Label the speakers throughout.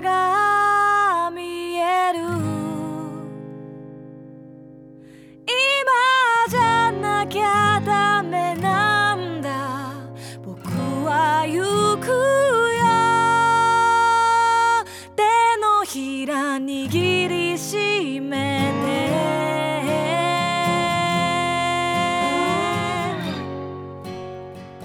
Speaker 1: が見える今じゃなきゃダメなんだ僕は行くよ手のひら握りしめて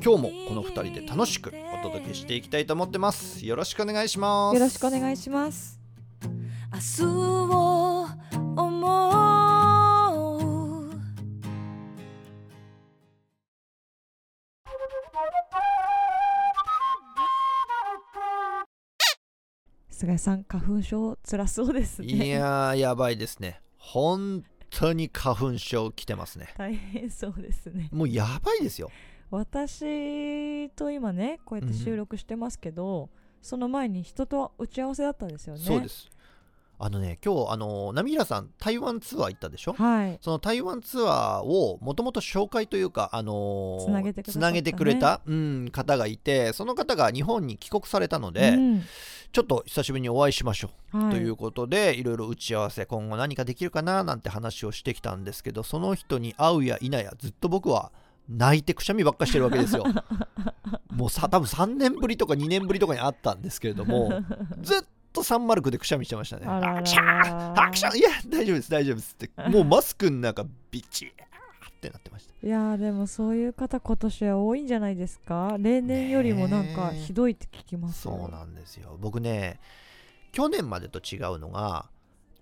Speaker 2: 今日もこの2人で楽しくお届けしていきたいと思ってますよろしくお願いします
Speaker 3: よろしくお願いします。
Speaker 1: 明日を思う
Speaker 3: 菅井さん、花粉症辛そうですね。
Speaker 2: いやーやばいですね本当に花粉症来てますね
Speaker 3: 大変そうですね。
Speaker 2: もうやばいですよ
Speaker 3: 私と今ね、こうやって収録してますけど、その前に人と打ち合わせだったんですよね。
Speaker 2: そうですあのね今日あの波平さん台湾ツアー行ったでしょ
Speaker 3: はい。
Speaker 2: その台湾ツアーをもともと紹介というか、あのー
Speaker 3: つなげてくださったね
Speaker 2: つなげてくれた、うん、方がいてその方が日本に帰国されたので、
Speaker 3: うん
Speaker 2: ちょっと久しぶりにお会いしましょう
Speaker 3: は
Speaker 2: ということでいろいろ打ち合わせ今後何かできるかななんて話をしてきたんですけどその人に会うや否やずっと僕は泣いてくしゃみばっかしてるわけ ですよもうさ多分3年ぶりとか2年ぶりとかに会ったんですけれど もずっと309でくしゃみしてましたね
Speaker 3: あ
Speaker 2: ア
Speaker 3: ららら
Speaker 2: クシャンアクシャンいや大丈夫です大丈夫ですってもうマスクの中ビチーってなってました
Speaker 3: いやーでもそういう方今年は多いんじゃないですか例年よりもなんかひどいって聞きますよ
Speaker 2: そうなんですよ僕ね去年までと違うのが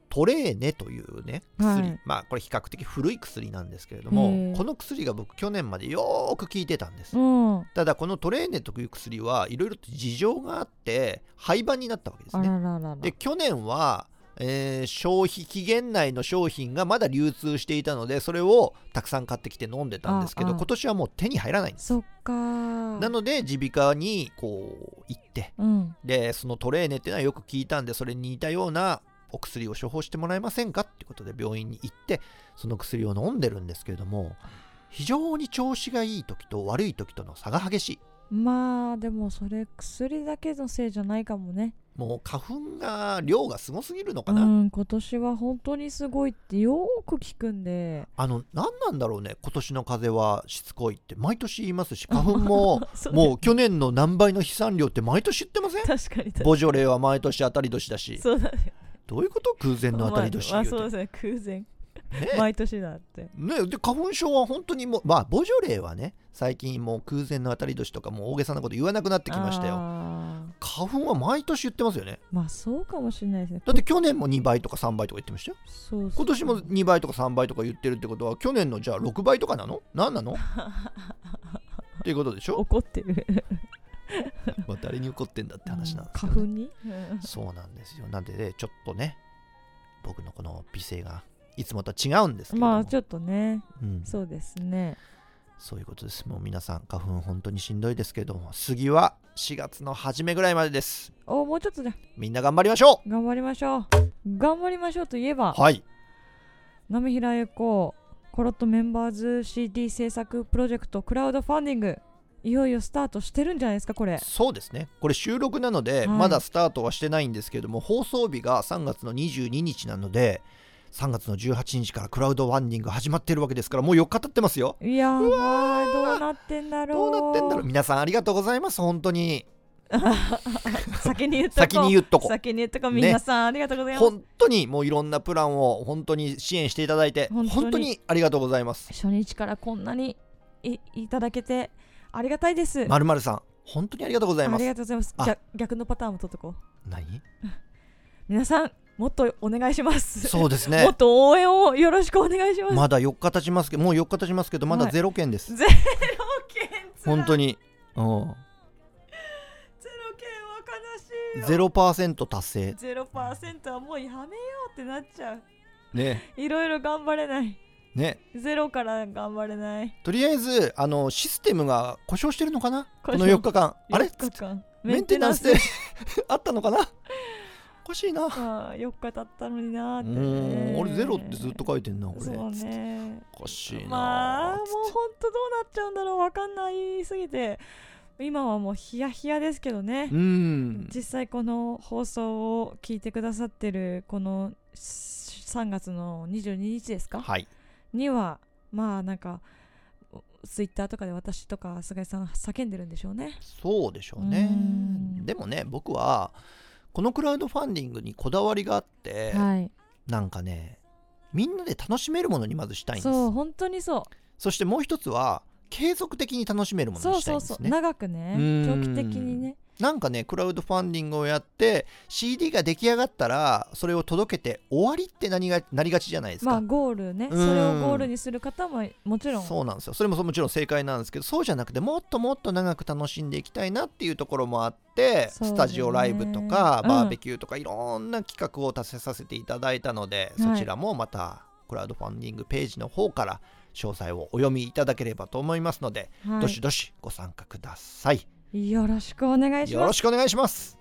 Speaker 2: トレーネというね薬、
Speaker 3: はい
Speaker 2: まあこれ比較的古い薬なんですけれど
Speaker 3: へ
Speaker 2: も
Speaker 3: え
Speaker 2: この薬が僕去年までよーく効いてたんです、
Speaker 3: うん
Speaker 2: ただこのトレーネという薬はいろいろと事情があって廃盤になったわけです
Speaker 3: あ
Speaker 2: ね
Speaker 3: らららら
Speaker 2: で去年は、えー消費期限内の商品がまだ流通していたのでそれをたくさん買ってきて飲んでたんですけ
Speaker 3: あ
Speaker 2: ど
Speaker 3: あ
Speaker 2: 今年はもう手に入らないんです
Speaker 3: そっかー
Speaker 2: なので耳鼻科にこう行って
Speaker 3: うん
Speaker 2: でそのトレーネっていうのはよく聞いたんでそれに似たようなお薬を処方してもらえませんかってことで病院に行ってその薬を飲んでるんですけれども非常に調子がいい時と悪い時との差が激しい
Speaker 3: まあでもそれ薬だけのせいじゃないかもね
Speaker 2: もう花粉が量がすごすぎるのか
Speaker 3: う
Speaker 2: な、
Speaker 3: ん今年は本当にすごいってよーく聞くんで
Speaker 2: あの何なんだろうね今年の風邪はしつこいって毎年言います し花粉も
Speaker 3: そうね
Speaker 2: もう去年の何倍の飛散量って毎年言って ません
Speaker 3: 確かに確か
Speaker 2: ボジョレーは毎年当たり年だ
Speaker 3: に
Speaker 2: し
Speaker 3: そうだね
Speaker 2: どういうこと空前の当たり年
Speaker 3: まあ、ま
Speaker 2: 言
Speaker 3: あ
Speaker 2: うて
Speaker 3: そうですね空前
Speaker 2: ね
Speaker 3: 毎年だって
Speaker 2: ね、で花粉症は本当にもうまあボジョレーはね最近もう空前の当たり年とかもう大げさなこと言わなくなってきましたよ
Speaker 3: あー
Speaker 2: 花粉は毎年言ってますよね
Speaker 3: まあそうかもしれないですね
Speaker 2: だって去年も2倍とか3倍とか言ってましたよ
Speaker 3: そうそう
Speaker 2: 今年も2倍とか3倍とか言ってるってことは去年のじゃあ6倍とかなの何 なのっていうことでしょ、
Speaker 3: 怒ってる
Speaker 2: まあ、誰に怒ってんだって話なんですけ
Speaker 3: 花
Speaker 2: ど、
Speaker 3: 粉
Speaker 2: ね、
Speaker 3: にうん
Speaker 2: そうなんですよなんでねちょっとね僕のこの美声がいつもとは違うんですけれども、
Speaker 3: まあちょっとね
Speaker 2: うん、
Speaker 3: そうですね
Speaker 2: そういうことです。もう皆さん、花粉本当にしんどいですけれども、杉は4月の初めぐらいまでです。
Speaker 3: おもうちょっとじゃ
Speaker 2: みんな頑張りましょ
Speaker 3: 頑張りましょう頑張りましょうといえば
Speaker 2: うはい。
Speaker 3: 波平栄子コロットメンバーズ CD 制作プロジェクトクラウドファンディングいよいよスタートしてるんじゃないですかこれ
Speaker 2: そうですね。これ収録なので、
Speaker 3: い
Speaker 2: まだスタートはしてないんですけれども、放送日が3月の22日なので、3月の18日からクラウドファンディング始まってるわけですから、もう4日経ってますよ。
Speaker 3: いやー
Speaker 2: う
Speaker 3: まあどうなってんだろ
Speaker 2: ど
Speaker 3: う
Speaker 2: うなってんだろう皆さんありがとうございます。本当に。
Speaker 3: 先に言っとこう
Speaker 2: 先に言っとこう。
Speaker 3: 先に言っとこう
Speaker 2: ね
Speaker 3: 皆さん、ありがとうございます
Speaker 2: 本当にもういろんなプランを本当に支援していただいて、
Speaker 3: 本当に
Speaker 2: 本当にありがとうございます。
Speaker 3: 初日からこんなにいいただけてありがたいです
Speaker 2: まるまるさん、本当にありがとうござい
Speaker 3: あ
Speaker 2: ます
Speaker 3: りが。とうございます
Speaker 2: あ
Speaker 3: 逆逆のパターンも取っとこう
Speaker 2: 何
Speaker 3: 皆さんもっとお願いします
Speaker 2: そうです
Speaker 3: も
Speaker 2: ね
Speaker 3: っと応援をよろしくお願いします、
Speaker 2: まだ4日経ちますけどもう4日経ちますけどまだ
Speaker 3: はい
Speaker 2: ゼロ件です、
Speaker 3: ゼロ件つら
Speaker 2: 本当にうん
Speaker 3: ゼロ件は悲しいよ
Speaker 2: 0%達成
Speaker 3: ゼロパーセントはもうやめようってなっちゃう
Speaker 2: ね
Speaker 3: いろいろ頑張れない
Speaker 2: ね
Speaker 3: ゼロから頑張れない
Speaker 2: とりあえずあのシステムが故障してるのかな
Speaker 3: 故
Speaker 2: こ
Speaker 3: 障
Speaker 2: の4日間あれ
Speaker 3: 4日間
Speaker 2: メンテナンスであったのかなおかしいな
Speaker 3: あ4日経ったのに
Speaker 2: う
Speaker 3: なーって
Speaker 2: ん
Speaker 3: ね
Speaker 2: 俺ゼロってずっと書いてんな
Speaker 3: そ
Speaker 2: 俺
Speaker 3: うね
Speaker 2: おかしいな
Speaker 3: まあもう
Speaker 2: つって
Speaker 3: ほんとどうなっちゃうんだろうわかんないすぎて今はもうヒヤヒヤですけどね
Speaker 2: うん
Speaker 3: 実際この放送を聞いてくださってるこの3月の22日ですか
Speaker 2: はい
Speaker 3: にはまあなんかツイッターとかで私とか菅井さん叫んでるんでしょうね
Speaker 2: そうでしょうね
Speaker 3: うん
Speaker 2: でもね僕はこのクラウドファンディングにこだわりがあって、
Speaker 3: はい
Speaker 2: なんかねみんなで楽しめるものにまずしたいんです
Speaker 3: そう
Speaker 2: そ
Speaker 3: 本当にそう
Speaker 2: してもう一つは継続的に楽しめるもの
Speaker 3: そ
Speaker 2: に
Speaker 3: う
Speaker 2: したい
Speaker 3: そ
Speaker 2: ん
Speaker 3: う
Speaker 2: です
Speaker 3: そう
Speaker 2: ね
Speaker 3: 長くね
Speaker 2: うん
Speaker 3: 長期的にね
Speaker 2: なんかねクラウドファンディングをやって CD が出来上がったらそれを届けて終わりって何がなりがちじゃないですか、
Speaker 3: まあゴールね
Speaker 2: う
Speaker 3: そ
Speaker 2: ん
Speaker 3: れをゴールにする方ももちろん
Speaker 2: そうなんですよそれももちろん正解なんですけどそうじゃなくてもっともっと長く楽しんでいきたいなっていうところもあって、
Speaker 3: そうね
Speaker 2: スタジオライブとか
Speaker 3: うん
Speaker 2: バーベキューとかいろんな企画を達成させていただいたので、
Speaker 3: は
Speaker 2: そ
Speaker 3: い
Speaker 2: ちらもまたクラウドファンディングページの方から詳細をお読みいただければと思いますので、
Speaker 3: は
Speaker 2: どしどしご参加ください
Speaker 3: い、よろしくお願いし
Speaker 2: よ
Speaker 3: ま
Speaker 2: ろ
Speaker 3: す
Speaker 2: しくお願いします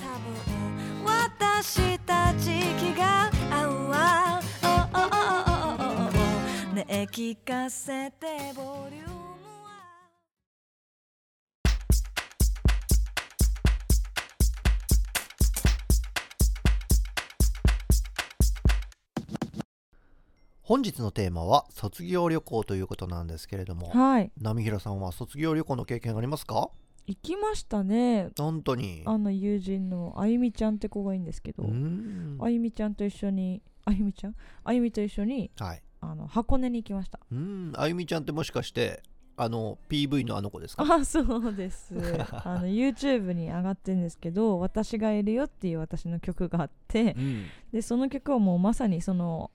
Speaker 1: 多分私たち気が合うわ Oh, oh, oh, oh, oh, oh, oh. ねえ聞かせてボリュームは
Speaker 2: 本日のテーマは卒業旅行ということなんですけれども
Speaker 3: はい
Speaker 2: 波平さんは卒業旅行の経験ありますか
Speaker 3: 行きましたね
Speaker 2: 本当に
Speaker 3: あの友人のあゆみちゃんって子がいいんですけど、
Speaker 2: うん
Speaker 3: あゆみちゃんと一緒にあゆみちゃんあゆみと一緒に
Speaker 2: はい
Speaker 3: あの箱根に行きました
Speaker 2: うん、あゆみちゃんってもしかしてあの PV のあの子ですか
Speaker 3: あそうですあの YouTube に上がってるんですけど「私がいるよ」っていう私の曲があって
Speaker 2: うん、
Speaker 3: でその曲をもうまさにその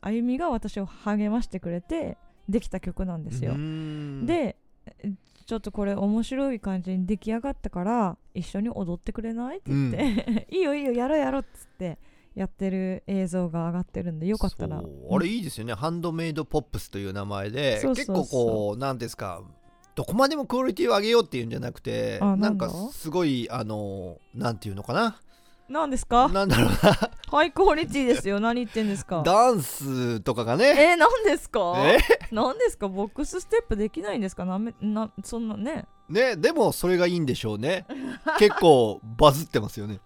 Speaker 3: あゆみが私を励ましてくれてできた曲なんですよ、
Speaker 2: うん
Speaker 3: でえちょっとこれ面白い感じに出来上がったから一緒に踊ってくれないって言って、いいよいいよやろうやろうっつってやってる映像が上がってる んでよかったら
Speaker 2: そうあれいいですよね、ハンドメイドポップスという名前で
Speaker 3: そうそうそう
Speaker 2: 結構こうなんですかどこまでもクオリティを上げようっていうんじゃなくて
Speaker 3: あ
Speaker 2: なんか
Speaker 3: なんだ
Speaker 2: すごいあのなんていうのかな
Speaker 3: 何ですか
Speaker 2: なんだろう
Speaker 3: ハイクオリティですよ何言ってんですか
Speaker 2: なダンスとかがね
Speaker 3: えー、何ですか
Speaker 2: え
Speaker 3: 何ですかボックスステップできないんですかなめなそんなね
Speaker 2: ねでもそれがいいんでしょうね結構バズってますよね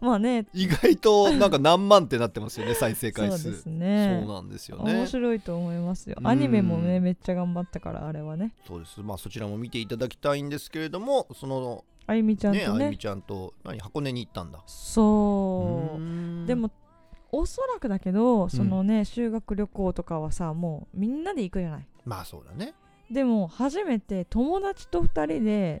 Speaker 3: まあね
Speaker 2: 意外となんか何万ってなってますよね再生
Speaker 3: そ
Speaker 2: 回
Speaker 3: うで
Speaker 2: 数
Speaker 3: す
Speaker 2: そう
Speaker 3: ね
Speaker 2: なんですよね
Speaker 3: 面白いと思いますよアニメもね
Speaker 2: うん
Speaker 3: めっちゃ頑張ったからあれはね
Speaker 2: そうですまあそちらも見ていただきたいんですけれどもその
Speaker 3: あゆみちゃん
Speaker 2: ね
Speaker 3: と
Speaker 2: あ
Speaker 3: ね
Speaker 2: ゆみちゃんと何箱根に行ったんだ
Speaker 3: そ
Speaker 2: う
Speaker 3: う
Speaker 2: ーん
Speaker 3: でもおそらくだけどそのね、修学旅行とかはさもうみんなで行くじゃない
Speaker 2: まあそうだね
Speaker 3: でも初めて友達と2人で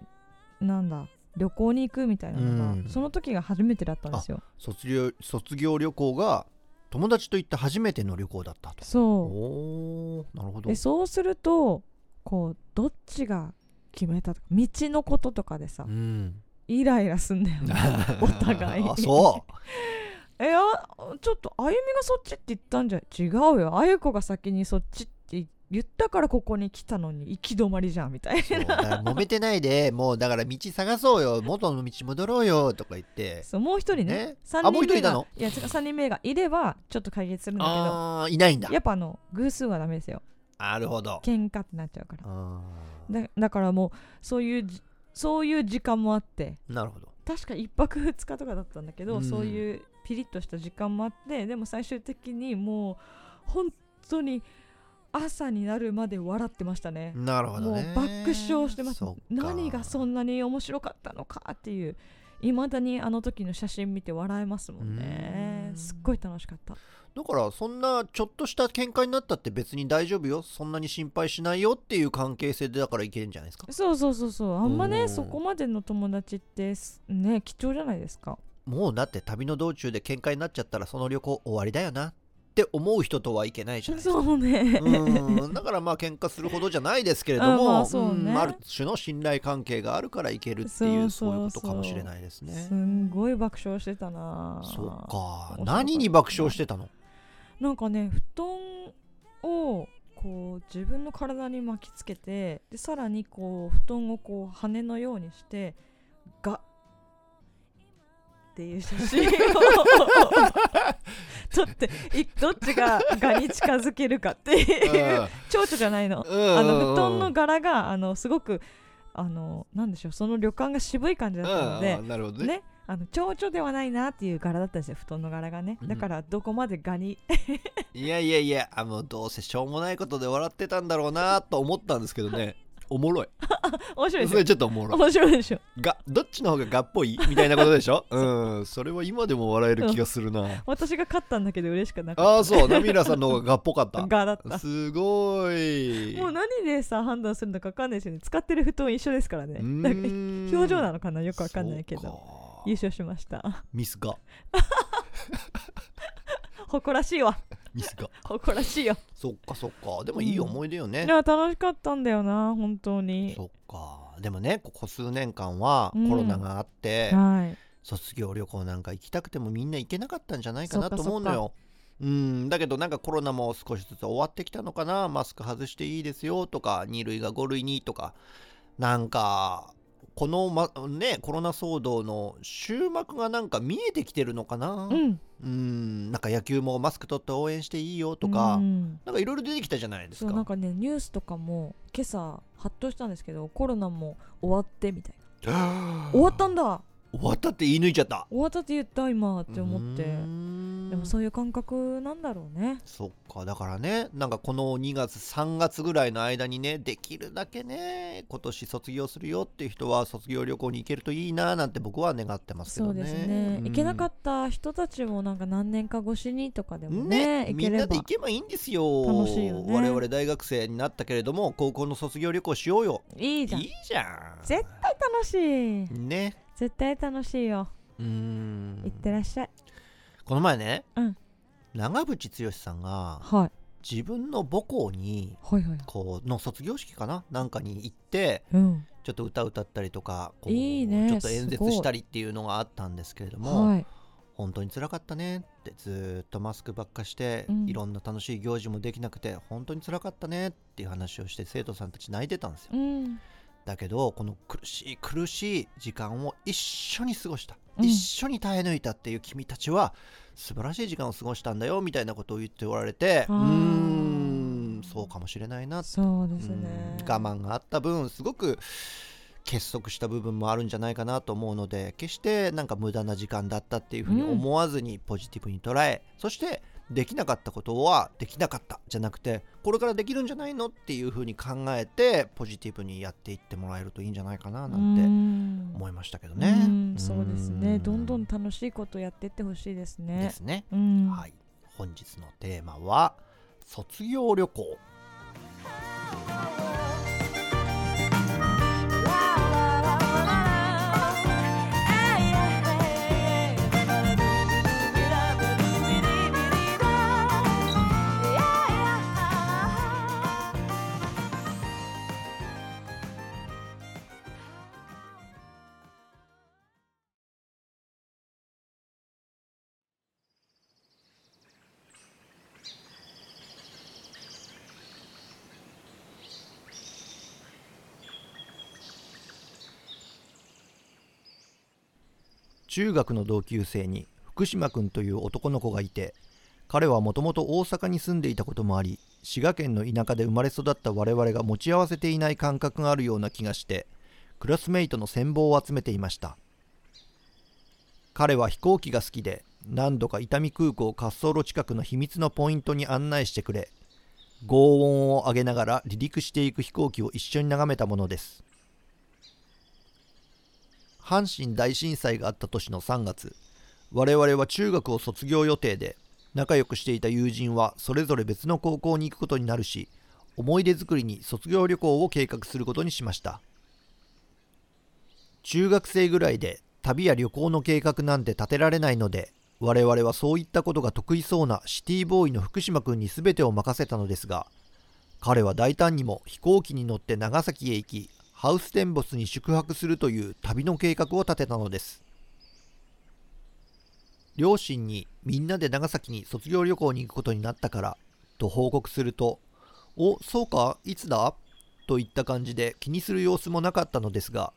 Speaker 3: なんだ旅行に行くみたいなのが、
Speaker 2: うん
Speaker 3: その時が初めてだったんですよ
Speaker 2: 卒業卒業旅行が友達と行った初めての旅行だったと
Speaker 3: そ
Speaker 2: おーなるほ
Speaker 3: う
Speaker 2: ど
Speaker 3: でそうするとこうどっちが決めたとか道のこととかでさ、
Speaker 2: うん
Speaker 3: イライラすんだ よね お互い
Speaker 2: あそ
Speaker 3: えやちょっとあゆみがそっちって言ったんじゃ違うよあゆ子が先にそっちって言ったからここに来たのに行き止まりじゃんみたいう
Speaker 2: そうだから揉めてないでもうだから道探そうよ元の道戻ろうよとか言って
Speaker 3: な そうもう一人ね
Speaker 2: ね
Speaker 3: 三
Speaker 2: あも
Speaker 3: 人
Speaker 2: う一人
Speaker 3: 目
Speaker 2: いた
Speaker 3: が
Speaker 2: の
Speaker 3: いや違う三人目がいればちょっと解決するんだ
Speaker 2: ああーいないん
Speaker 3: け
Speaker 2: だ
Speaker 3: どやっぱあの偶数はダメですよ
Speaker 2: なるほど
Speaker 3: 喧嘩ってなっちゃうから
Speaker 2: あ
Speaker 3: だだからもうそういうじそういう時間もあって
Speaker 2: ーなるほど
Speaker 3: 確か1泊2日とかだったんだけど、
Speaker 2: うん
Speaker 3: そういうピリッとした時間もあってでも最終的にもう本当に朝になるまで笑ってましたね、
Speaker 2: なるほど
Speaker 3: もう
Speaker 2: ね
Speaker 3: 爆笑してます
Speaker 2: そっか
Speaker 3: 何がそんなに面白かったのかっていういまだにあの時の写真見て笑えますもんね
Speaker 2: うん
Speaker 3: すっごい楽しかった
Speaker 2: だからそんなちょっとした喧嘩になったって別に大丈夫よそんなに心配しないよっていう関係性でだからいけるんじゃないですか
Speaker 3: そうそうそうそうあんま
Speaker 2: う
Speaker 3: ね
Speaker 2: ん
Speaker 3: そこまでの友達ってすね貴重じゃないですか
Speaker 2: もうだって旅の道中で喧嘩になっちゃったらその旅行終わりだよなって思う人とはいけないじゃないですか。
Speaker 3: そうね
Speaker 2: うんだからまあ喧嘩するほどじゃないですけれども
Speaker 3: あまあそうね
Speaker 2: んある種の信頼関係があるからいけるっていう
Speaker 3: そ
Speaker 2: そう
Speaker 3: そうそう
Speaker 2: ういうことかもしれないですね
Speaker 3: す。んごい爆笑してたな
Speaker 2: そうか
Speaker 3: 面白かった
Speaker 2: 何に爆笑してた の
Speaker 3: なんかね布団をこう自分の体に巻きつけてでさらにこう布団をこう羽のようにしてガッっていう写真を 撮っていどっちがガに近づけるかっていう蝶々じゃないの。あの布団の柄があのすごくあのなんでしょうその旅館が渋い感じだったので、
Speaker 2: なるほどね
Speaker 3: ね、あの蝶々ではないなっていう柄だったんですよ布団の柄がね
Speaker 2: うん
Speaker 3: だからどこまでガに、
Speaker 2: いやいやいやあのどうせしょうもないことで笑ってたんだろうなと思ったんですけどねおもろい
Speaker 3: 面白いです
Speaker 2: そ
Speaker 3: よ
Speaker 2: れちょっとおもろい
Speaker 3: 面白いでしょ
Speaker 2: がどっちの方ががっぽいみたいなことでしょうんそれは今でも笑える気がするな
Speaker 3: 私が勝ったんだけど嬉しくなかっ
Speaker 2: ああそうナミラさんの方ががっぽかったた
Speaker 3: ガだった
Speaker 2: すごい
Speaker 3: もう何でさ判断するのか分かんないですよね使ってる布団一緒ですからねだから表
Speaker 2: 表
Speaker 3: 情な
Speaker 2: の
Speaker 3: のかなよく分かんないけど優勝しました
Speaker 2: ミスが
Speaker 3: 誇らしいわ
Speaker 2: ミスが
Speaker 3: 誇らしいよ
Speaker 2: そっかそっかでもいい思い出よ
Speaker 3: い
Speaker 2: ね、
Speaker 3: や楽しかったんだよな本当に
Speaker 2: そっかでもねここ数年間は
Speaker 3: うん
Speaker 2: コロナがあって、
Speaker 3: はい
Speaker 2: 卒業旅行なんか行きたくてもみんな行けなかったんじゃないか
Speaker 3: そっ
Speaker 2: な
Speaker 3: か
Speaker 2: と思うのようんだけどなんかコロナも少しずつ終わってきたのかなマスク外していいですよとか2類が5類にとかなんかこの、まね、コロナ騒動の終幕がなんか見えてきてるのかな
Speaker 3: うん
Speaker 2: うんなんか野球もマスク取って応援していいよとか、
Speaker 3: うん
Speaker 2: なんかいろいろ出てきたじゃないです
Speaker 3: そう
Speaker 2: か。
Speaker 3: なんかねニュースとかも今朝ハッとしたんですけどコロナも終わってみたいな終わったんだ
Speaker 2: 終わったって言い抜いちゃった
Speaker 3: 終わったって言った今って思って
Speaker 2: うーん
Speaker 3: でもそういう感覚なんだろうね
Speaker 2: そっかだからねなんかこの2月3月ぐらいの間にねできるだけね今年卒業するよっていう人は卒業旅行に行けるといいななんて僕は願ってますけ
Speaker 3: そ
Speaker 2: ど
Speaker 3: う
Speaker 2: ね。
Speaker 3: ですね、行けなか
Speaker 2: っ
Speaker 3: った人たちもなんか何年か越しにとかで
Speaker 2: た
Speaker 3: もね行
Speaker 2: み
Speaker 3: け
Speaker 2: ん
Speaker 3: れ
Speaker 2: なで
Speaker 3: ば
Speaker 2: 行けばいいんですよ
Speaker 3: 楽しいよね
Speaker 2: 我々大学生になったけれども高校の卒業旅行しようよ
Speaker 3: いいじゃん
Speaker 2: いいじゃん
Speaker 3: 絶対楽しい
Speaker 2: ね
Speaker 3: 絶対楽しいよ
Speaker 2: うーん
Speaker 3: 行ってらっしゃい、
Speaker 2: この前ね、
Speaker 3: うん
Speaker 2: 長渕剛さんが
Speaker 3: はい、
Speaker 2: 自分の母校に
Speaker 3: はいはい
Speaker 2: こうの卒業式かななんかに行って
Speaker 3: うん
Speaker 2: ちょっと歌歌ったりとかこう
Speaker 3: いいね
Speaker 2: ちょっと演
Speaker 3: すご
Speaker 2: 説
Speaker 3: い
Speaker 2: したりっていうのがあったんですけれども、
Speaker 3: はい
Speaker 2: 本当につらかったねってずーっとマスクばっかして、
Speaker 3: うん
Speaker 2: いろんな楽しい行事もできなくて本当につらかったねっていう話をして生徒さんたち泣いてたんですよ
Speaker 3: うん
Speaker 2: だけどこの苦しい苦しい時間を一緒に過ごした、
Speaker 3: うん
Speaker 2: 一緒に耐え抜いたっていう君たちは素晴らしい時間を過ごしたんだよみたいなことを言っておられて
Speaker 3: あ
Speaker 2: う
Speaker 3: ー
Speaker 2: ーんそうかもしれないな
Speaker 3: そうです
Speaker 2: うん
Speaker 3: ね
Speaker 2: 我慢があった分すごく結束した部分もあるんじゃないかなと思うので決してなんか無駄な時間だったっていうふうに
Speaker 3: うん
Speaker 2: 思わずにポジティブに捉え、そしてできなかったことはできなかったじゃなくてこれからできるんじゃないのっていうふうに考えてポジティブにやっていってもらえるといいんじゃないかななんて
Speaker 3: ん
Speaker 2: 思いましたけど
Speaker 3: う
Speaker 2: ね
Speaker 3: ん。そうですねどんどん
Speaker 2: で
Speaker 3: 楽しいことやってってほしいですね
Speaker 2: すね。
Speaker 3: うん
Speaker 2: はい、本日のテーマは卒業旅行中学の同級生に福島くんという男の子がいて彼はもともと大阪に住んでいたこともあり滋賀県の田舎で生まれ育った我々が持ち合わせていない感覚があるような気がしてクラスメイトの羨望を集めていました彼は飛行機が好きで何度か伊丹空港滑走路近くの秘密のポイントに案内してくれ轟音を上げながら離陸していく飛行機を一緒に眺めたものです阪神大震災があった年の3月我々は中学を卒業予定で仲良くしていた友人はそれぞれ別の高校に行くことになるし思い出作りに卒業旅行を計画することにしました中学生ぐらいで旅や旅行の計画なんて立てられないので我々はそういったことが得意そうなシティボーイの福島君に全てを任せたのですが彼は大胆にも飛行機に乗って長崎へ行きハウステンボスに宿泊するという旅の計画を立てたのです両親にみんなで長崎に卒業旅行に行くことになったからと報告すると「おそうかいつだ?」といった感じで気にする様子もなかったのですが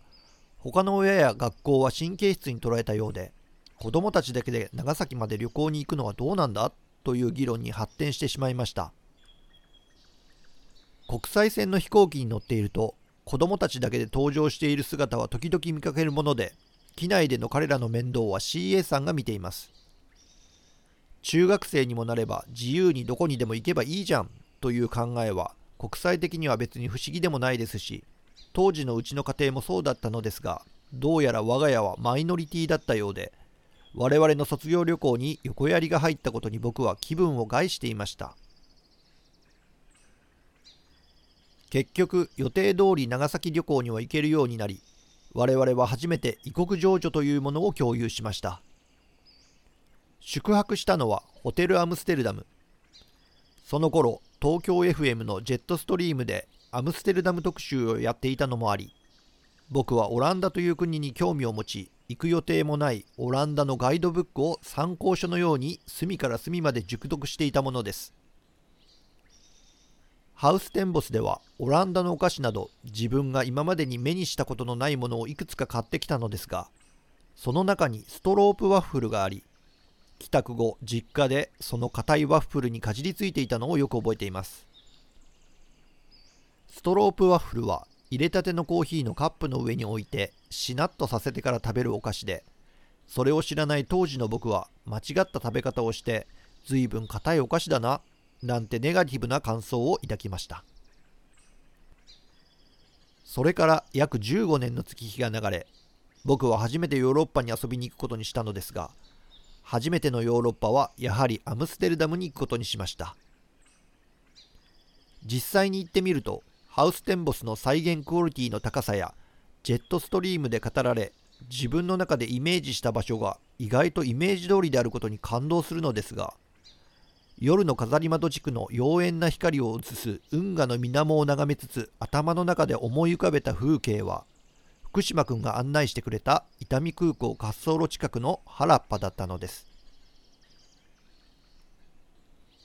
Speaker 2: 他の親や学校は神経質に捉えたようで子供たちだけで長崎まで旅行に行くのはどうなんだという議論に発展してしまいました国際線の飛行機に乗っていると子供たちだけで搭乗している姿は時々見かけるもので機内での彼らの面倒は CA さんが見ています中学生にもなれば自由にどこにでも行けばいいじゃんという考えは国際的には別に不思議でもないですし当時のうちの家庭もそうだったのですがどうやら我が家はマイノリティだったようで我々の卒業旅行に横やりが入ったことに僕は気分を害していました結局予定通り長崎旅行には行けるようになり我々は初めて異国情緒というものを共有しました宿泊したのはホテルアムステルダムその頃東京 FM のジェットストリームでアムステルダム特集をやっていたのもあり僕はオランダという国に興味を持ち行く予定もないオランダのガイドブックを参考書のように隅から隅まで熟読していたものですハウステンボスではオランダのお菓子など自分が今までに目にしたことのないものをいくつか買ってきたのですがその中にストロープワッフルがあり帰宅後実家でその硬いワッフルにかじりついていたのをよく覚えていますストロープワッフルは入れたてのコーヒーのカップの上に置いてしなっとさせてから食べるお菓子でそれを知らない当時の僕は間違った食べ方をして随分硬いお菓子だななんてネガティブな感想を抱きましたそれから約15年の月日が流れ僕は初めてヨーロッパに遊びに行くことにしたのですが初めてのヨーロッパはやはりアムステルダムに行くことにしました実際に行ってみるとハウステンボスの再現クオリティの高さやジェットストリームで語られ自分の中でイメージした場所が意外とイメージ通りであることに感動するのですが夜の飾り窓地区の妖艶な光を映す運河の水面を眺めつつ頭の中で思い浮かべた風景は福島君が案内してくれた伊丹空港滑走路近くの原っぱだったのです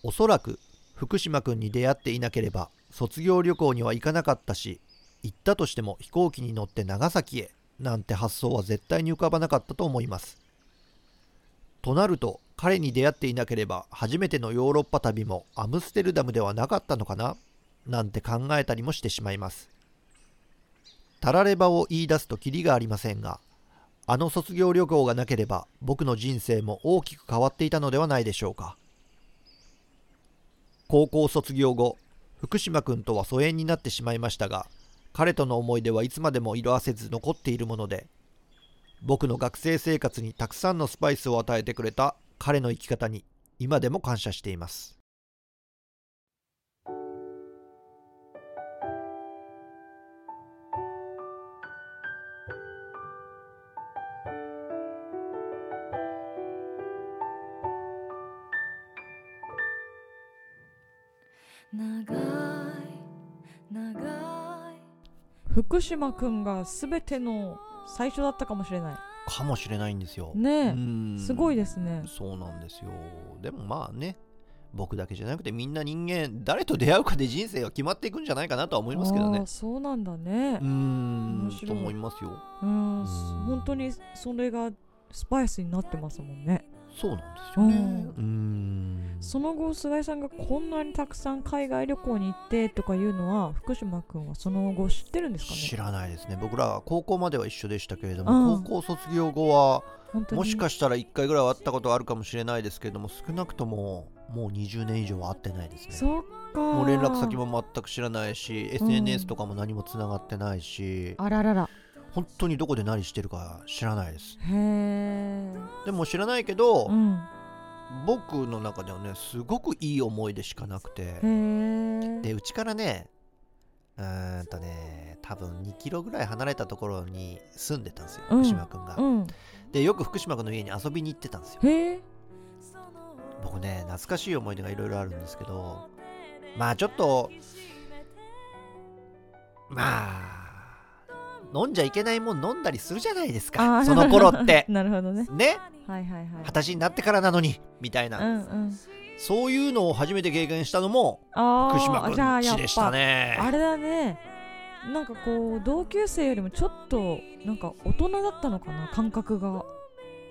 Speaker 2: おそらく福島君に出会っていなければ卒業旅行には行かなかったし行ったとしても飛行機に乗って長崎へなんて発想は絶対に浮かばなかったと思いますとなると彼に出会っていなければ初めてのヨーロッパ旅もアムステルダムではなかったのかななんて考えたりもしてしまいますたらればを言い出すとキリがありませんがあの卒業旅行がなければ僕の人生も大きく変わっていたのではないでしょうか高校卒業後福島君とは疎遠になってしまいましたが彼との思い出はいつまでも色あせず残っているもので僕の学生生活にたくさんのスパイスを与えてくれた彼の生き方に今でも感謝しています
Speaker 1: 長い長い
Speaker 3: 福島くんが全ての最初だったかもしれな
Speaker 2: かもしれないんですよ
Speaker 3: いねえ
Speaker 2: す
Speaker 3: すごいですね
Speaker 2: そうなんですよでもまあね僕だけじゃなくてみんな人間誰と出会うかで人生は決まっていくんじゃないかなとは思いますけど
Speaker 3: あ
Speaker 2: ね
Speaker 3: ーそうなんだね
Speaker 2: うーん
Speaker 3: 面白い
Speaker 2: と思いますよ
Speaker 3: うん本当にそれがスパイスになってますもんね
Speaker 2: そうなんですよねうーん
Speaker 3: その後菅井さんがこんなにたくさん海外旅行に行ってとかいうのは福島くんはその後知ってるんですか
Speaker 2: 知
Speaker 3: ね
Speaker 2: らないですね僕らは高校までは一緒でしたけれども、
Speaker 3: うん
Speaker 2: 高校卒業後は
Speaker 3: 本当に
Speaker 2: もしかしたら1回ぐらいは会ったことあるかもしれないですけれども少なくとももう20年以上は会ってないですね
Speaker 3: そっか
Speaker 2: もう連絡先も全く知らないし
Speaker 3: うん
Speaker 2: SNS とかも何もつながってないし、
Speaker 3: あららら
Speaker 2: 本当にどこで何してるか知らないです
Speaker 3: へえ
Speaker 2: でも知らないけど、
Speaker 3: うん
Speaker 2: 僕の中ではねすごくいい思い出しかなくて
Speaker 3: へえ
Speaker 2: でうちからねうーんとね多分2キロぐらい離れたところに住んでたんですよ、
Speaker 3: うん
Speaker 2: 福島くんが、
Speaker 3: うん
Speaker 2: でよく福島くんの家に遊びに行ってたんですよ
Speaker 3: へえ
Speaker 2: 僕ね懐かしい思い出がいろいろあるんですけどまあちょっとまあ飲んじゃいけないもん飲んだりするじゃないです
Speaker 3: あ
Speaker 2: か
Speaker 3: ー
Speaker 2: その頃って
Speaker 3: なるほどね
Speaker 2: ね
Speaker 3: はいはいはい
Speaker 2: 二十 歳になってからなのにみたいな、
Speaker 3: うんうん
Speaker 2: そういうのを初めて経験したのも
Speaker 3: あー
Speaker 2: 福島く
Speaker 3: じゃあ
Speaker 2: ん
Speaker 3: やっ
Speaker 2: ち
Speaker 3: ぱ
Speaker 2: でしたね
Speaker 3: あれだねなんかこう同級生よりもちょっとなんか大人だったのかな感覚が
Speaker 2: う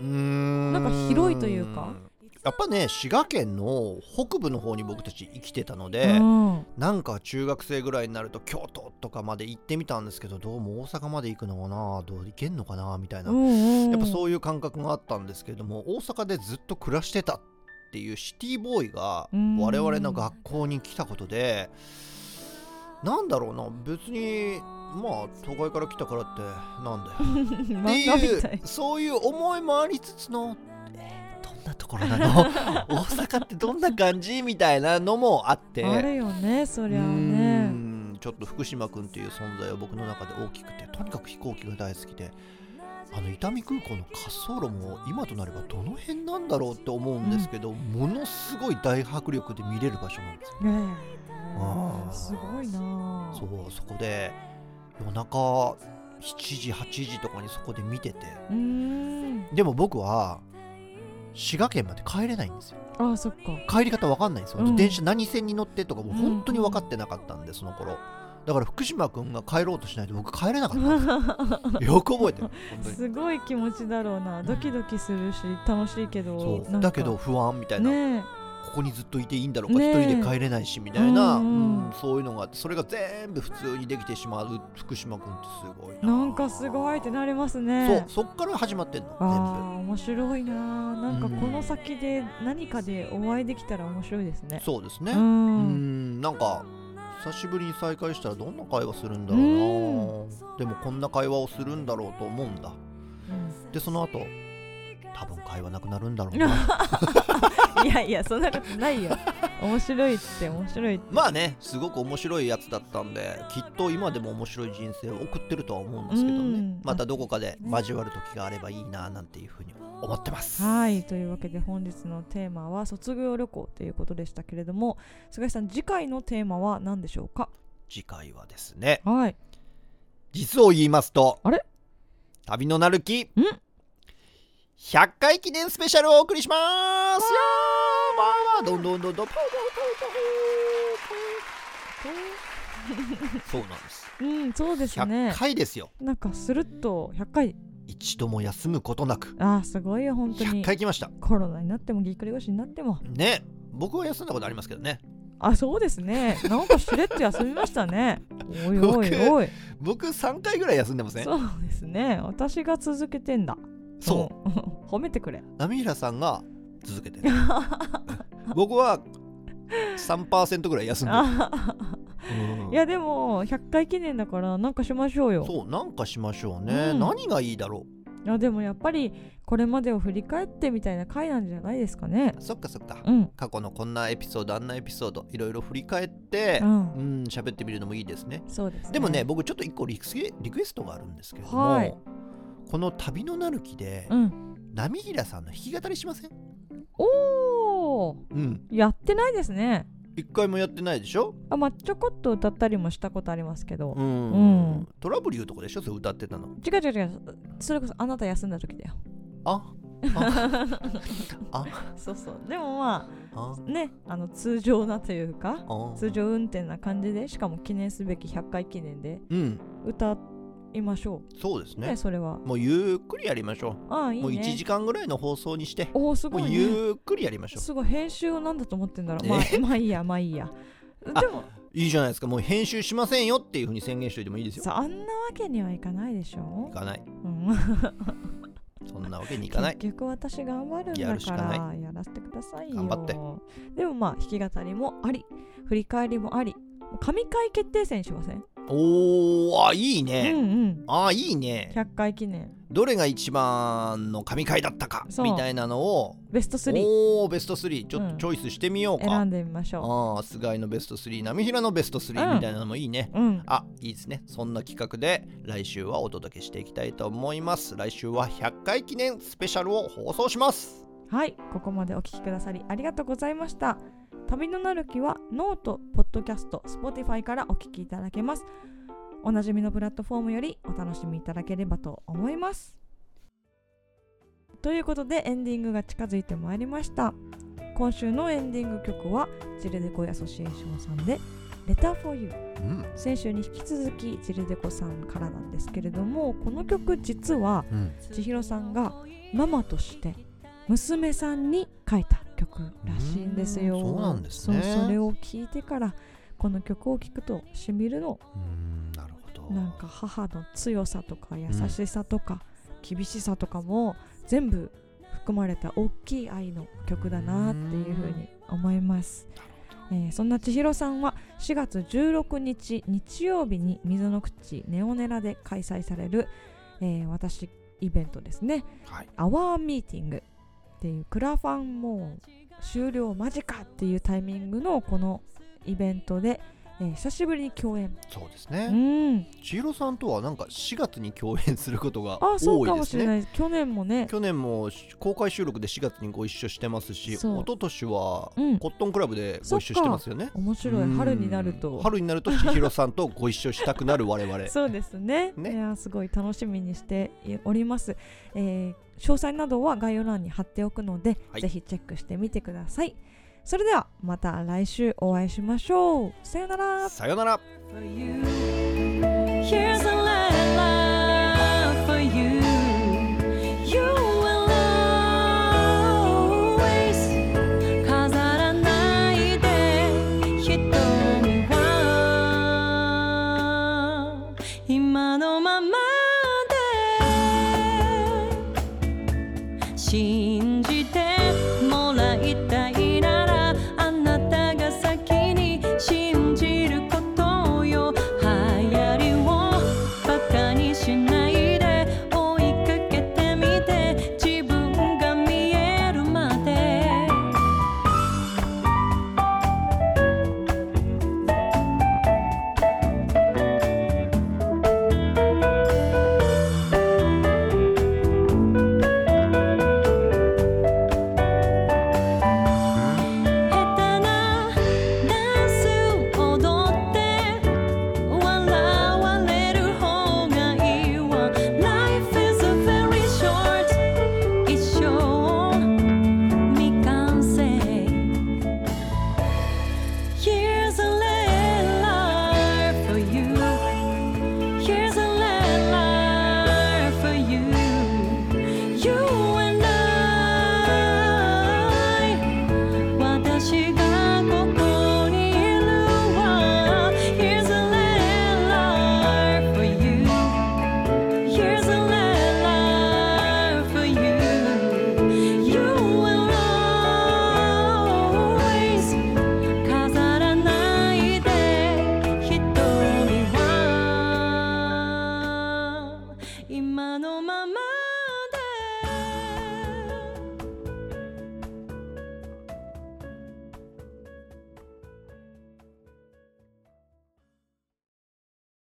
Speaker 2: ーん
Speaker 3: なんか広いというか
Speaker 2: やっぱね滋賀県の北部の方に僕たち生きてたので、
Speaker 3: うん
Speaker 2: なんか中学生ぐらいになると京都とかまで行ってみたんですけどどうも大阪まで行くのかなどう行けんのかなみたいな、
Speaker 3: うんうん
Speaker 2: やっぱそういう感覚があったんですけども大阪でずっと暮らしてたっていうシティボーイが
Speaker 3: うん
Speaker 2: 我々の学校に来たことでなんだろうな別にまあ都会から来たからってなん だよ
Speaker 3: 漫
Speaker 2: って
Speaker 3: 画み
Speaker 2: い
Speaker 3: たいう
Speaker 2: そういう思いもありつつのえーどんなところなの 大阪ってどんな感じみたいなのもあって
Speaker 3: あるよねそりゃあ
Speaker 2: う
Speaker 3: ね
Speaker 2: んちょっと福島君っていう存在は僕の中で大きくてとにかく飛行機が大好きであの伊丹空港の滑走路も今となればどの辺なんだろうって思うんですけど、ものすごい大迫力で見れる場所なんですよ
Speaker 3: ね
Speaker 2: あー
Speaker 3: えすごいなあ
Speaker 2: そうそこで夜中7時8時とかにそこで見てて
Speaker 3: うーん
Speaker 2: でも僕は滋賀県まで帰れないんですよ
Speaker 3: あーそっか
Speaker 2: 帰り方わかんないんですよ、
Speaker 3: うん
Speaker 2: 電車何線に乗ってとかもううん本当に分かってなかったんでその頃だから福島君が帰ろうとしないと僕帰れなかったんです よよく覚えてる本当に
Speaker 3: すごい気持ちだろうな
Speaker 2: うん
Speaker 3: ドキドキするし楽しいけど
Speaker 2: そう
Speaker 3: な
Speaker 2: ん
Speaker 3: か
Speaker 2: だけど不安みたいな、
Speaker 3: ね
Speaker 2: ここにずっといていいんだろうか、
Speaker 3: ねえ
Speaker 2: 一人で帰れないしみたいな、
Speaker 3: うんうん
Speaker 2: うんそういうのがあってそれが全部普通にできてしまう福島君ってすごい
Speaker 3: え
Speaker 2: な
Speaker 3: なんかすごいってなりますね
Speaker 2: そうそっから始まってんの
Speaker 3: あ
Speaker 2: 全
Speaker 3: ー面白いなあなんかこの先で何かでお会いできたら面白いですね
Speaker 2: 部そうですね、
Speaker 3: う
Speaker 2: う
Speaker 3: ん
Speaker 2: ーんなんか久しぶりに再会したらどんな会話するんだろうなでもこんな会話をするんだろうと思うんだ
Speaker 3: う
Speaker 2: でその後多分会話なくなるんだろう な
Speaker 3: んいやいやそんなことないよ面白いって面白いって
Speaker 2: まあねすごく面白いやつだったんできっと今でも面白い人生を送ってるとは思うんですけど
Speaker 3: う
Speaker 2: ね
Speaker 3: ん
Speaker 2: またどこかで交わる時があればいいななんていうふうに思ってます
Speaker 3: はいというわけで本日のテーマは卒業旅行ということでしたけれども菅井さん次回のテーマは何でしょうか
Speaker 2: 次回はですね
Speaker 3: はい
Speaker 2: 実を言いますと
Speaker 3: あれ
Speaker 2: 旅のなるき100回記念スペシャルをお送りしますよーわーわーどんどんどんどんパオパオパオパオパオそうなんです
Speaker 3: うんそうですね
Speaker 2: 100回ですよ
Speaker 3: なんかスルッと100回
Speaker 2: 一度も休むことなく
Speaker 3: あーすごいよ本当
Speaker 2: 100
Speaker 3: に
Speaker 2: 回来ました
Speaker 3: コロナになってもぎっくり腰になっても
Speaker 2: ね僕は休んだことありますけどね
Speaker 3: あそうですねなんかしれっと休みましたねおいおいおい
Speaker 2: 僕3回ぐらい休んでません
Speaker 3: そうですね私が続けてんだ
Speaker 2: そう
Speaker 3: うん 褒めてくれ
Speaker 2: 波平さんが続けてる僕は3%ぐらい休んでる
Speaker 3: あ
Speaker 2: うん
Speaker 3: いやでも100回記念だからなんかしましょうよ
Speaker 2: そうなんかしましょうね、
Speaker 3: うん
Speaker 2: 何がいいだろ
Speaker 3: いやでもやっぱりこれまでを振り返ってみたいな回なんじゃないですかね
Speaker 2: うそっかそっか、
Speaker 3: うん
Speaker 2: 過去のこんなエピソードあんなエピソードいろいろ振り返って
Speaker 3: う
Speaker 2: うん
Speaker 3: ん
Speaker 2: 喋ってみるのもいいですね
Speaker 3: そうです
Speaker 2: でもね僕ちょっと一個リクエリクエストがあるんですけれども、
Speaker 3: はい
Speaker 2: この旅のなる木で、
Speaker 3: うん
Speaker 2: 波平さんの弾き語りしません
Speaker 3: おー
Speaker 2: うん
Speaker 3: やってないですね
Speaker 2: 一回もやってないでしょ
Speaker 3: あまあちょこっと歌ったりもしたことありますけど、
Speaker 2: うん、
Speaker 3: うん
Speaker 2: トラブル言うとこでしょそれ歌ってたの
Speaker 3: 違う違う違うそれこそあなた休んだ時だよ
Speaker 2: あああ
Speaker 3: そうそうでもま
Speaker 2: あ
Speaker 3: あねあの通常なというか
Speaker 2: あ
Speaker 3: 通常運転な感じでしかも記念すべき100回記念で
Speaker 2: うん
Speaker 3: 歌いましょ
Speaker 2: そうです
Speaker 3: うね
Speaker 2: ね
Speaker 3: それは
Speaker 2: もうゆっくりやりましょ
Speaker 3: ああいういね
Speaker 2: もう1時間ぐらいの放送にして
Speaker 3: おおす
Speaker 2: も
Speaker 3: ご
Speaker 2: う
Speaker 3: い、ね、
Speaker 2: ゆっくりやりましょう
Speaker 3: すごい編集をなんだと思ってんだろうまあまあい いやまあいいや
Speaker 2: あ
Speaker 3: でも
Speaker 2: いいじゃないですかもう編集しませんよっていうふうに宣言しといてもいいですよ
Speaker 3: さあんなわけにはいかないでしょ
Speaker 2: い、かない
Speaker 3: うん、
Speaker 2: そんなわけにいかない
Speaker 3: 結 局私頑張るん
Speaker 2: や
Speaker 3: だ
Speaker 2: るし
Speaker 3: か
Speaker 2: からない
Speaker 3: やらせてくださいよ
Speaker 2: 頑張って
Speaker 3: でもまあ弾き語りもあり振り返りもあり神回決定戦にしません
Speaker 2: おーあいいね、
Speaker 3: うんうん
Speaker 2: ああいいね
Speaker 3: 100回記念
Speaker 2: どれが一番の神回だったか
Speaker 3: そう
Speaker 2: みたいなのを
Speaker 3: ベスト3
Speaker 2: おーベスト3ちょっ
Speaker 3: う
Speaker 2: と
Speaker 3: ん
Speaker 2: チョイスしてみようか、
Speaker 3: 選んでみましょ
Speaker 2: ああ菅井のベスト3波平のベスト3
Speaker 3: うん
Speaker 2: みたいなのもいいね、
Speaker 3: ううん
Speaker 2: あいいですねそんな企画で来週はお届けしていきたいと思います来週は100回記念スペシャルを放送します
Speaker 3: はいここまでお聞きくださりありがとうございました旅のなる木はノート、ポッドキャスト、スポティファイからお聞きいただけますおなじみのプラットフォームよりお楽しみいただければと思いますということでエンディングが近づいてまいりました今週のエンディング曲はジルデコアソシエーションさんでレターフォーユー
Speaker 2: うん
Speaker 3: 先週に引き続きジルデコさんからなんですけれどもこの曲実は
Speaker 2: うん
Speaker 3: 千尋さんがママとして娘さんに書いた曲らしいんですよ。
Speaker 2: うんそうなんですね
Speaker 3: そうそれを聞いてからこの曲を聴くとしみるの
Speaker 2: なるほど
Speaker 3: なんか母の強さとか優しさとか厳しさとかも全部含まれた大きい愛の曲だなっていうふうに思います。えーそんな千尋さんは4月16日日曜日に溝の口ネオネラで開催される、えー私イベントですね
Speaker 2: はい
Speaker 3: アワーミーティングっていうクラファンもう終了間近っていうタイミングのこのイベントで、えー久しぶりに共演
Speaker 2: そうです
Speaker 3: う
Speaker 2: ね
Speaker 3: ん
Speaker 2: 千尋さんとはなんか4月に共演することが
Speaker 3: あそう
Speaker 2: 多
Speaker 3: か
Speaker 2: い
Speaker 3: も
Speaker 2: で
Speaker 3: し
Speaker 2: す
Speaker 3: れ
Speaker 2: ね
Speaker 3: ない去年もね
Speaker 2: 去年も公開収録で4月にご一緒してますし一
Speaker 3: そう
Speaker 2: 昨年は
Speaker 3: うん
Speaker 2: コットンクラブでご一緒してますよね
Speaker 3: 面白
Speaker 2: う
Speaker 3: い
Speaker 2: ん
Speaker 3: 春になると
Speaker 2: 春になると千尋さんとご一緒したくなる我々
Speaker 3: そうですね
Speaker 2: ね
Speaker 3: いやすごい楽しみにしております、えー詳細などは概要欄に貼っておくので、
Speaker 2: はい
Speaker 3: ぜひチェックしてみてくださいそれではまた来週お会いしましょうさよなら
Speaker 2: さよなら
Speaker 1: for you. Here's a little love for you. You will always 飾らないで瞳は今のままで信じてもらいたいならあなたが先に信じることよ流行りをバカにしないで追いかけてみて自分が見えるまで下手なダンス踊って笑われる方がいいわ Life is a very short 一生未完成 Here's a letter for you Here's a letter for you You and I 私がここにいるわ Here's a letter for you Here's a letter for you You will always 飾らないで瞳は今のまま